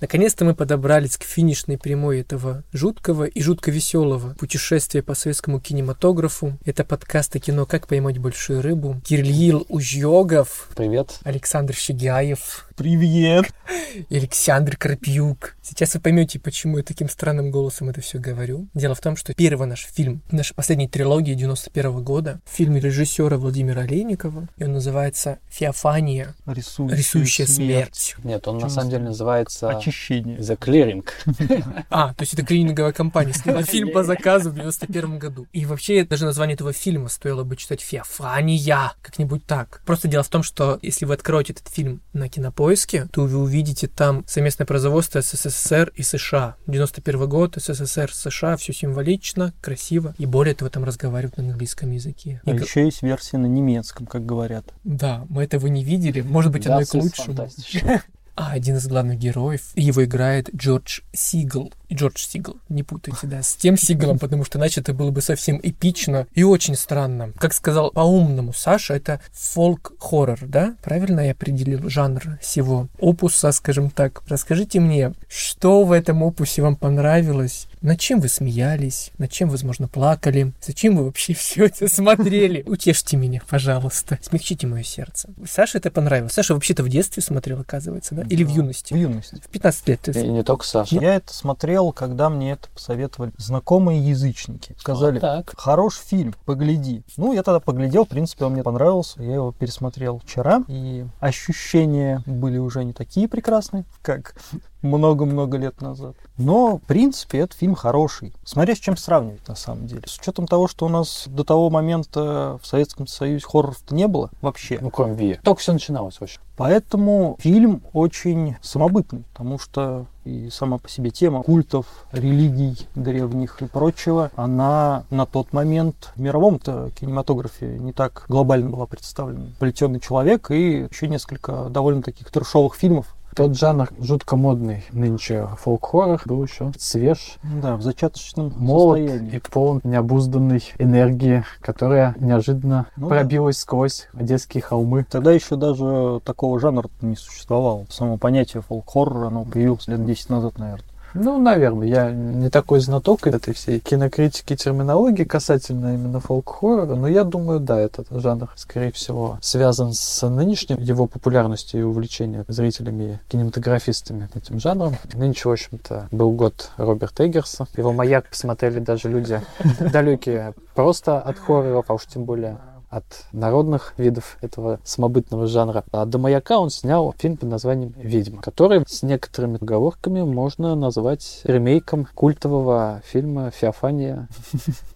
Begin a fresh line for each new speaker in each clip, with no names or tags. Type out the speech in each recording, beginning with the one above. Наконец-то мы подобрались к финишной прямой этого жуткого и жутко веселого путешествия по советскому кинематографу. Это подкаст о кино «Как поймать большую рыбу». Кирилл Ужьогов,
Привет.
Александр Щегяев,
Привет.
Александр Крапьюк. Сейчас вы поймете, почему я таким странным голосом это все говорю. Дело в том, что первый наш фильм, наша последняя трилогия 91 года, фильм режиссера Владимира Олейникова, и он называется «Феофания.
Рисующая,
Рисующая смерть».
Нет, он на
Чё
самом деле называется
Очищение.
The Clearing.
А, то есть это клининговая компания сняла фильм по заказу в 91 году. И вообще даже название этого фильма стоило бы читать «Феофания», как-нибудь так. Просто дело в том, что если вы откроете этот фильм на кинопоиске, то вы увидите там совместное производство СССР и США. 91 год, СССР, США, все символично, красиво. И более того, там разговаривают на английском языке.
А
И г-
еще есть версия на немецком, как говорят.
Да, мы этого не видели. Может быть, оно и к
Ужасы с
лучшему.
фантастикой.
А один из главных героев, его играет Джордж Сигл. Джордж Сигл, не путайте, да, с тем Сиглом, потому что иначе это было бы совсем эпично и очень странно. Как сказал по-умному Саша, это фолк-хоррор, да? Правильно я определил жанр всего опуса, скажем так. Расскажите мне, что в этом опусе вам понравилось? Над чем вы смеялись? Над чем, возможно, плакали? Зачем вы вообще все это смотрели? Утешьте меня, пожалуйста. Смягчите мое сердце. Саше это понравилось. Саша вообще-то в детстве смотрел, оказывается, да? Или в
Да.
юности?
В юности.
В 15 лет. то
И
есть.
не только Саша.
Я это смотрел, когда мне это посоветовали знакомые язычники. Сказали,
Вот так.
хорош фильм, погляди. Ну, я тогда поглядел, в принципе, он мне понравился. Я его пересмотрел вчера, и ощущения были уже не такие прекрасные, как много-много лет назад. Но, в принципе, этот фильм хороший. Смотря с чем сравнивать, на самом деле. С учетом того, что у нас до того момента в Советском Союзе хорроров-то не было вообще.
Ну, кроме Ви. Только все начиналось вообще.
Поэтому фильм очень самобытный, потому что и сама по себе тема культов, религий древних и прочего, она на тот момент в мировом-то кинематографе не так глобально была представлена. Плетеный человек и еще несколько довольно таких трешовых фильмов.
Тот жанр жутко модный нынче фолк-хоррор был еще свеж,
Да, в зачаточном
молод
состоянии.
и полон необузданной энергии, которая неожиданно
Ну да.
пробилась сквозь одесские холмы.
Тогда еще даже такого жанра не существовало. Само понятие фолк-хоррора, оно появилось лет 10 назад, наверное.
Ну, наверное, я не такой знаток этой всей кинокритики и терминологии касательно именно фолк-хоррора, но я думаю, да, этот жанр, скорее всего, связан с нынешним его популярностью и увлечением зрителями и кинематографистами этим жанром. Нынче, в общем-то, был год Роберта Эггерса. Его «Маяк» посмотрели даже люди далекие просто от хорроров, а уж тем более от народных видов этого самобытного жанра. А до «Маяка» он снял фильм под названием «Ведьма», который с некоторыми оговорками можно назвать ремейком культового фильма «Феофания».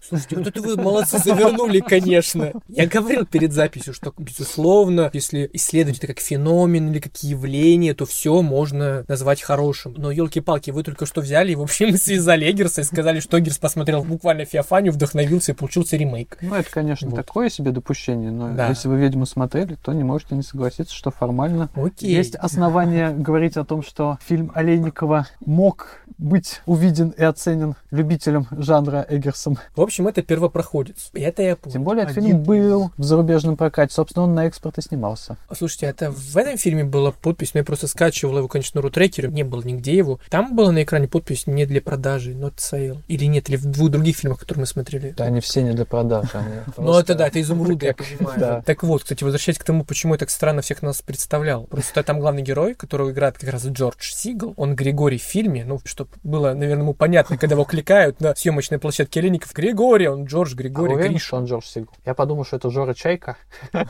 Слушайте, вот это вы молодцы завернули, конечно. Я говорил перед записью, что, безусловно, если исследовать это как феномен или как явление, то все можно назвать хорошим. Но, елки-палки, вы только что взяли и, в общем, связали Эггерса и сказали, что Эггерс посмотрел буквально Феофанию, вдохновился и получился ремейк.
Ну, это, конечно,
Вот.
такое себе допущение, но
Да.
если вы «Ведьму» смотрели, то не можете не согласиться, что формально
Окей.
Есть основания говорить о том, что фильм Олейникова мог быть увиден и оценен любителем жанра Эггерсом.
В общем, это первопроходец. И это я
Тем
понял.
более, этот
Один
фильм
из-
был в зарубежном прокате. Собственно, он на экспорт и снимался.
Слушайте, это в этом фильме была подпись, но я просто скачивал его, конечно, рутрекере, не было нигде его. Там была на экране подпись не для продажи, not sale. Или нет, или в двух других фильмах, которые мы смотрели.
Да, они все не для продажи. они
Ну, это
просто-
да, это изумруды, я
Как-
понимаю.
да.
Так вот, кстати, возвращаясь к тому, почему я так странно всех нас представлял. Просто там главный герой, которого играет как раз Джордж Сигл, он Григорий в фильме, ну, чтобы было, наверное, ему понятно, когда его кликают на съемочной площадке Леников. Григорий, он Джордж,
А вы
Григорий,
уверены,
Гриша.
что он Джордж Сигл? Я подумал, что это Жора Чайка.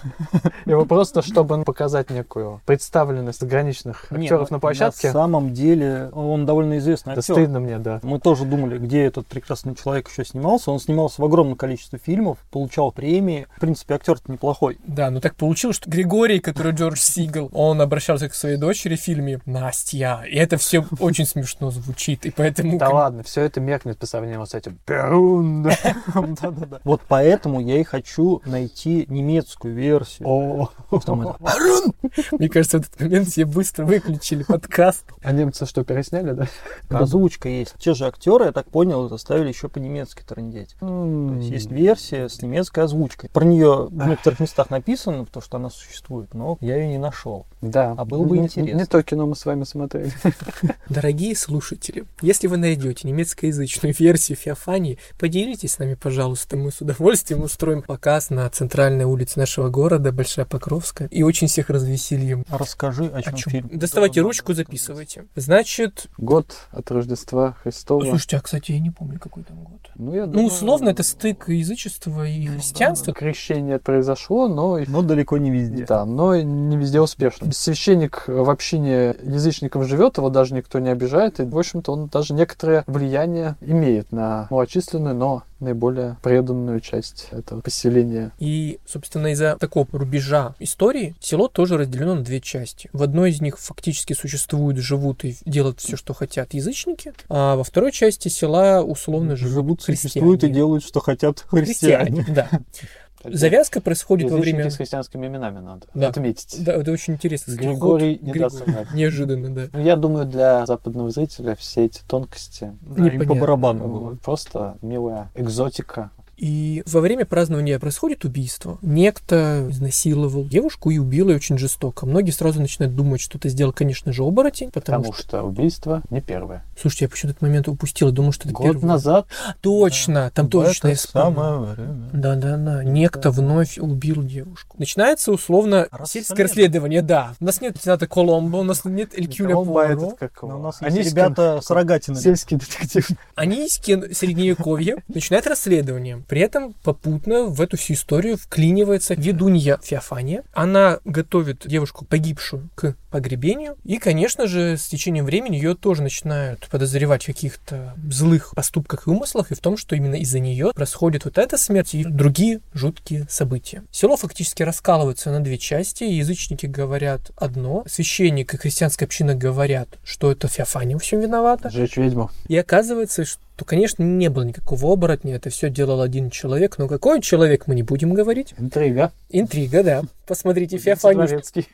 Его просто, чтобы показать некую представленность ограниченных
Не,
актеров
ну,
на площадке.
На самом деле он довольно известный
Да
актер.
стыдно мне, да.
Мы тоже думали, где этот прекрасный человек еще снимался. Он снимался в огромном количестве фильмов, получал премии. В принципе, актер-то неплохой.
Да, ну так получилось, что Григорий, который Джордж Сигл, он обращался к своей дочери в фильме Настя. И это все очень смешно звучит. И поэтому...
Да ладно, все это меркнет по сравнению с этим. Перун.
Да-да-да. Вот поэтому я и хочу найти немецкую версию.
О,
Там это-
Мне кажется, в этот момент все быстро выключили подкаст.
а немцы что, пересняли, да?
Озвучка есть. Те же актеры, я так понял, заставили еще по-немецки трындеть. То есть есть версия с немецкой озвучкой. Про нее нее в некоторых местах написано, то, что она существует, но я ее не нашел.
Да.
А было бы
Не-
интересно.
Не то кино мы с вами смотрели.
Дорогие слушатели, если вы найдете немецкоязычную версию Феофании, поделитесь с нами, пожалуйста. Мы с удовольствием устроим показ на центральной улице нашего города, Большая Покровская, и очень всех развеселим.
Расскажи, о чем,
О чём?
фильм.
А Доставайте
Да, да,
ручку,
да,
записывайте. Значит,
Год от Рождества Христова.
слушайте, а, кстати, я не помню, какой там год.
ну, я
Ну,
думаю,
условно, это стык язычества и христианства.
Крещение произошло, но и
Но далеко не везде.
Да, но не везде успешно. Священник в общине язычников живет, его даже никто не обижает, и, в общем-то, он даже некоторое влияние имеет на малочисленную, но наиболее преданную часть этого поселения.
И, собственно, из-за такого рубежа истории село тоже разделено на две части. В одной из них фактически существуют, живут и делают все, что хотят язычники, а во второй части села условно живут
Живут,
христиане.
существуют и делают, что хотят христиане.
христиане. Да. Завязка происходит во время...
с христианскими именами надо
Да.
отметить.
Да, это очень интересно.
Григорий
Ход
не Ну,
Григорий. Неожиданно, да.
я думаю, для западного зрителя все эти тонкости ну,
Да, им по
Непонятно.
барабану было.
просто милая экзотика.
И во время празднования происходит убийство. Некто изнасиловал девушку и убил ее очень жестоко. Многие сразу начинают думать, что это сделал, конечно же, оборотень, потому,
Потому
что...
что убийство не первое.
Слушайте, я почему-то этот момент упустил, я думал, что это
Год
первый. А,
назад
Точно, там
В это
точно я вспомнил.
самое время.
Да-да-да, некто вновь убил девушку. Начинается условно
Расследование.
сельское расследование, да. У нас нет лейтенанта Коломбо, у нас нет Элькюля
Коломбо этот,
Пуаро.
как его?
Но у нас
Анискин.
есть ребята с рогатиной.
Сельский детектив.
Анискин Средневековье начинает расследование. При этом попутно в эту всю историю вклинивается ведунья Феофания. Она готовит девушку погибшую к погребению. И, конечно же, с течением времени ее тоже начинают подозревать в каких-то злых поступках и умыслах, и в том, что именно из-за нее происходит вот эта смерть и другие жуткие события. Село фактически раскалывается на две части. и Язычники говорят одно, священник и христианская община говорят, что это Феофания во всем виновата.
Жечь ведьму.
И оказывается, что, конечно, не было никакого оборотня, это все делал один человек, но какой он человек, мы не будем говорить.
Интрига.
Интрига, да. Посмотрите, Феофанию,
Дворецкий.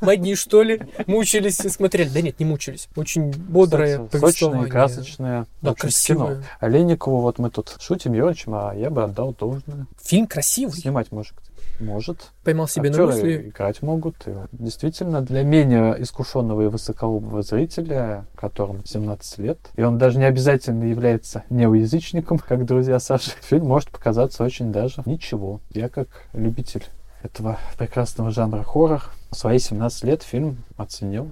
мы одни, что ли, мучились и смотрели. Да нет, не мучились. Очень бодрое
Кстати, Сочное,
повествование.
красочное.
Да,
очень кино.
красивое.
Олейникову вот мы тут шутим, ерничаем, а я бы отдал должное.
Фильм красивый.
Снимать может. Может.
Поймал себе на
Актеры
мысли.
играть могут. И вот действительно, для менее искушенного и высокоумного зрителя, которому 17 лет, и он даже не обязательно является неуязычником, как друзья Саши, фильм может показаться очень даже ничего. Я как любитель этого прекрасного жанра хоррор в свои 17 лет фильм оценил.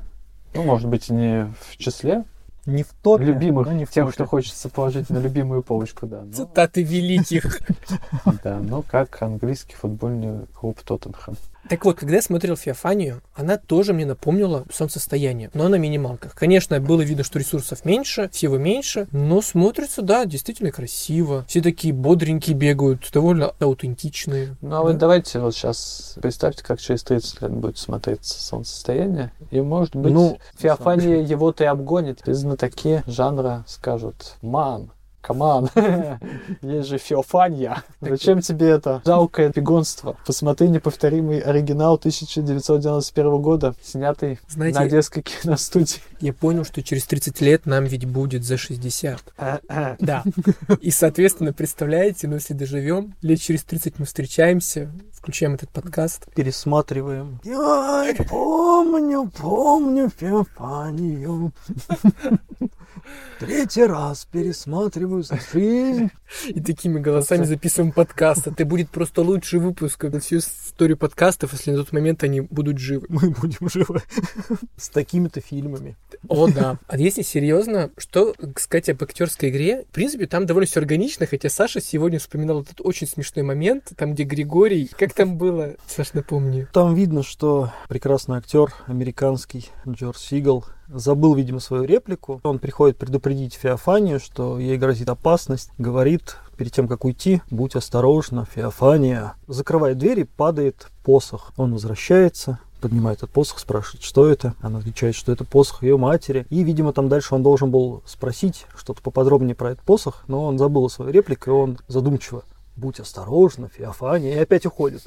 Ну, может быть, не в числе
Не в топе,
любимых,
но не в
тех,
топе.
что хочется положить на любимую полочку, да. Но,
Цитаты великих.
да, но как английский футбольный клуб Тоттенхэм.
Так вот, когда я смотрел Феофанию, она тоже мне напомнила солнцестояние, но на минималках. Конечно, было видно, что ресурсов меньше, всего меньше, но смотрится, да, действительно красиво. Все такие бодренькие бегают, довольно аутентичные.
Ну а вот
Да.
давайте вот сейчас представьте, как через 30 лет будет смотреться солнцестояние. И может быть
Ну,
Феофания его-то и обгонит. И знатоки жанра скажут «Ман, каман, есть же Феофания. Зачем тебе это? Жалкое пигонство. Посмотри неповторимый оригинал 1991 года, снятый
Знаете,
на Одесской киностудии.
я понял, что через 30 лет нам ведь будет за 60.
Э,
Да. И, соответственно, представляете, ну, если доживем, лет через 30 мы встречаемся, включаем этот подкаст.
Пересматриваем. Я помню, помню Феофанию. Третий раз пересматриваю за жизнь.
И такими голосами записываем подкаст. Это будет просто лучший выпуск на всю историю подкастов, если на тот момент они будут живы.
Мы будем живы с такими-то фильмами.
О, да. А если серьезно, что сказать об актерской игре? В принципе, там довольно все органично, хотя Саша сегодня вспоминал этот очень смешной момент, там, где Григорий... Как там было? Саш, напомни.
Там видно, что прекрасный актер американский Джордж Сигал забыл, видимо, свою реплику. Он приходит предупредить Феофанию, что ей грозит опасность. Говорит, перед тем, как уйти, будь осторожна, Феофания. Закрывает дверь и падает посох. Он возвращается, поднимает этот посох, спрашивает, что это. Она отвечает, что это посох ее матери. И, видимо, там дальше он должен был спросить что-то поподробнее про этот посох, но он забыл свою реплику, и он задумчиво «Будь осторожна, Феофания», и опять уходит.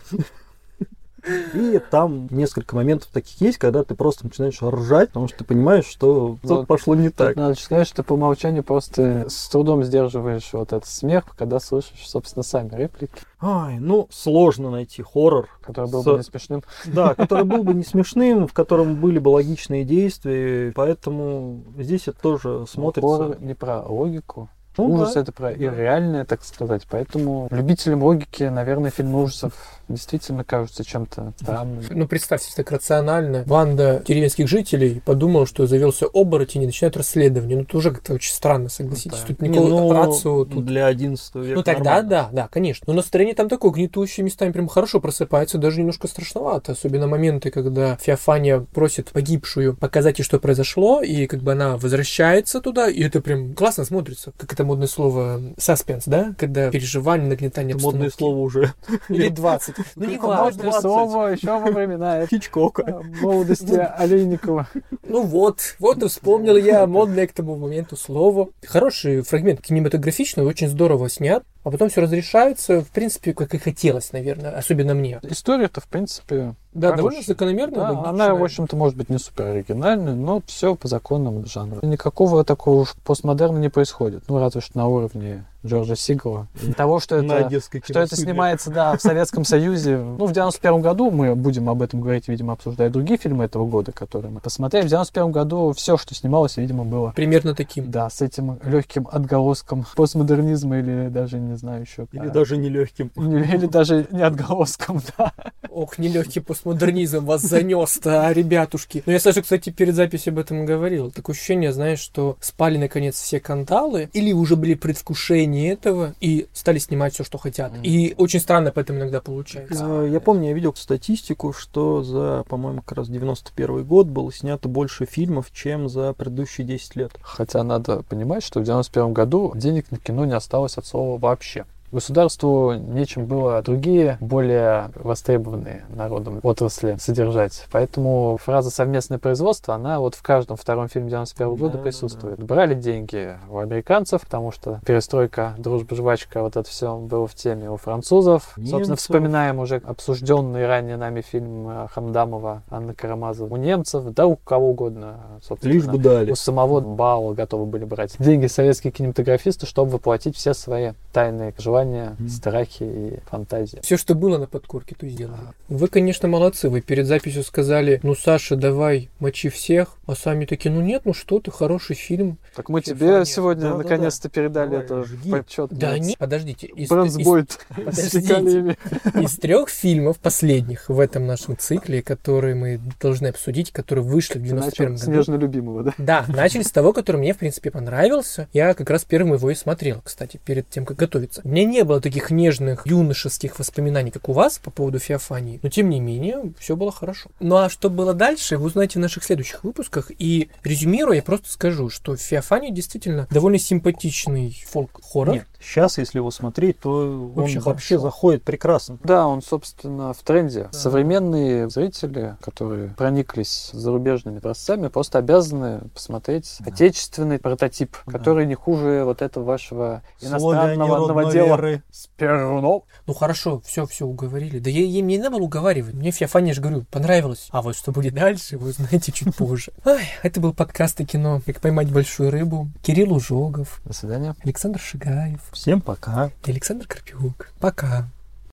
И там несколько моментов таких есть, когда ты просто начинаешь ржать, потому что ты понимаешь, что
Вот.
тут пошло не так.
Тут надо сказать, что по умолчанию просто с трудом сдерживаешь вот этот смех, когда слышишь, собственно, сами реплики,
Ай, ну, сложно найти хоррор,
который был
Со-
бы не смешным.
Да, который был бы не смешным, в котором были бы логичные действия, поэтому здесь это тоже смотрится.
Хоррор не про логику.
Ну,
Ужас
да.
это про и реальное, так сказать. Поэтому любителям логики, наверное, фильмы ужасов действительно кажутся чем-то странным.
Ну, представьте, если так рационально. Банда деревенских жителей подумала, что завелся оборотень и начинают расследование. Ну, это уже как-то очень странно, согласитесь.
Да.
Тут
Не,
никакого
ну,
рацию, тут
для 11 века
Ну тогда
нормально.
да, да, конечно. Но настроение там такое гнетущее, местами прям хорошо просыпается, даже немножко страшновато. Особенно моменты, когда Феофания просит погибшую показать ей, что произошло, и как бы она возвращается туда, и это прям классно смотрится. Как это модное слово э, саспенс, да? Когда переживание, нагнетание
Это модное
обстановки.
слово уже.
Или 20. Ну не
Какое
важно.
Модное
20.
слово еще во времена
Хичкока.
э, молодости Олейникова.
Ну вот, вот и вспомнил я модное к тому моменту слово. Хороший фрагмент кинематографичный, очень здорово снят. А потом все разрешается, в принципе, как и хотелось, наверное, особенно мне.
История-то, в принципе,
Да,
Хорошая.
довольно
Ну
закономерно.
да,
логично.
она, в общем-то, может быть не супер оригинальная, но все по законам жанра. Никакого такого уж постмодерна не происходит. Ну, разве что на уровне Джорджа Сигала. И Того, что
На
это...
одесской
Что это
киностудии.
снимается, да, в Советском Союзе. Ну, в 91 году, мы будем об этом говорить, видимо, обсуждая другие фильмы этого года, которые мы посмотрели. В 91 году все, что снималось, видимо, было
Примерно таким.
да, с этим легким отголоском постмодернизма или даже, не знаю, еще...
Или
а,
даже нелегким.
не- Или даже не отголоском, да.
Ох, нелегкий постмодернизм вас занес-то, а, ребятушки. Но я, Саша, кстати, перед записью об этом говорил. Такое ощущение, знаешь, что спали, наконец, все кандалы, или уже были предвкушения этого, и стали снимать все, что хотят. И очень странно поэтому иногда получается.
Э, Я помню, я видел статистику, что за, по-моему, как раз 91 год было снято больше фильмов, чем за предыдущие 10 лет.
Хотя надо понимать, что в 91 году денег на кино не осталось от слова вообще. Государству нечем было другие, более востребованные народом отрасли содержать. Поэтому фраза «совместное производство», она вот в каждом втором фильме 91 года
Да,
присутствует. Брали деньги у американцев, потому что перестройка, дружба, жвачка, вот это все было в теме у французов. Собственно,
Немцев.
вспоминаем уже обсужденный ранее нами фильм э, Хамдамова, Анны Карамазовой. У немцев, да у кого угодно, собственно.
Лишь бы дали.
У самого Баула готовы были брать деньги советские кинематографисты, чтобы воплотить все свои тайные желания,
Мгм.
страхи и фантазии.
Все, что было на подкорке, то и сделали. Вы, конечно, молодцы. Вы перед записью сказали, ну, Саша, давай, мочи всех. А сами такие, ну нет, ну что ты, хороший фильм.
Так мы
Фифа
тебе
нет.
сегодня
Да-да-да.
наконец-то передали
Давай,
это
жги.
почетное.
Да, нет, подождите. Из, из,
Бронзбойт с
подождите.
фекалиями.
из трех фильмов последних в этом нашем цикле, которые мы должны обсудить, которые вышли в
Ты
91 году.
начал с нежно любимого, да?
Да, начали с того, который мне, в принципе, понравился. Я как раз первым его и смотрел, кстати, перед тем, как готовиться. У меня не было таких нежных юношеских воспоминаний, как у вас по поводу Феофании, но, тем не менее, все было хорошо. Ну, а что было дальше, вы узнаете в наших следующих выпусках. И резюмируя, я просто скажу, что Феофания действительно довольно симпатичный фолк-хоррор.
Нет, сейчас, если его смотреть, то
Вообще
он вообще
хорошо.
заходит прекрасно.
Да, он, собственно, в тренде. Современные зрители, которые прониклись зарубежными образцами, просто обязаны посмотреть отечественный прототип, который не хуже вот этого вашего
Славяне
иностранного
родной
одного
веры.
дела.
Ну, хорошо, все, все уговорили. Да я, я мне не надо было уговаривать. Мне Феофания же, говорю, понравилось. А вот что будет дальше, вы узнаете чуть позже. Ай, это был подкаст о кино «Как поймать большую рыбу». Кирилл Ужогов.
До свидания.
Александр Шигаев
Всем пока.
и Александр Карпюк. Пока.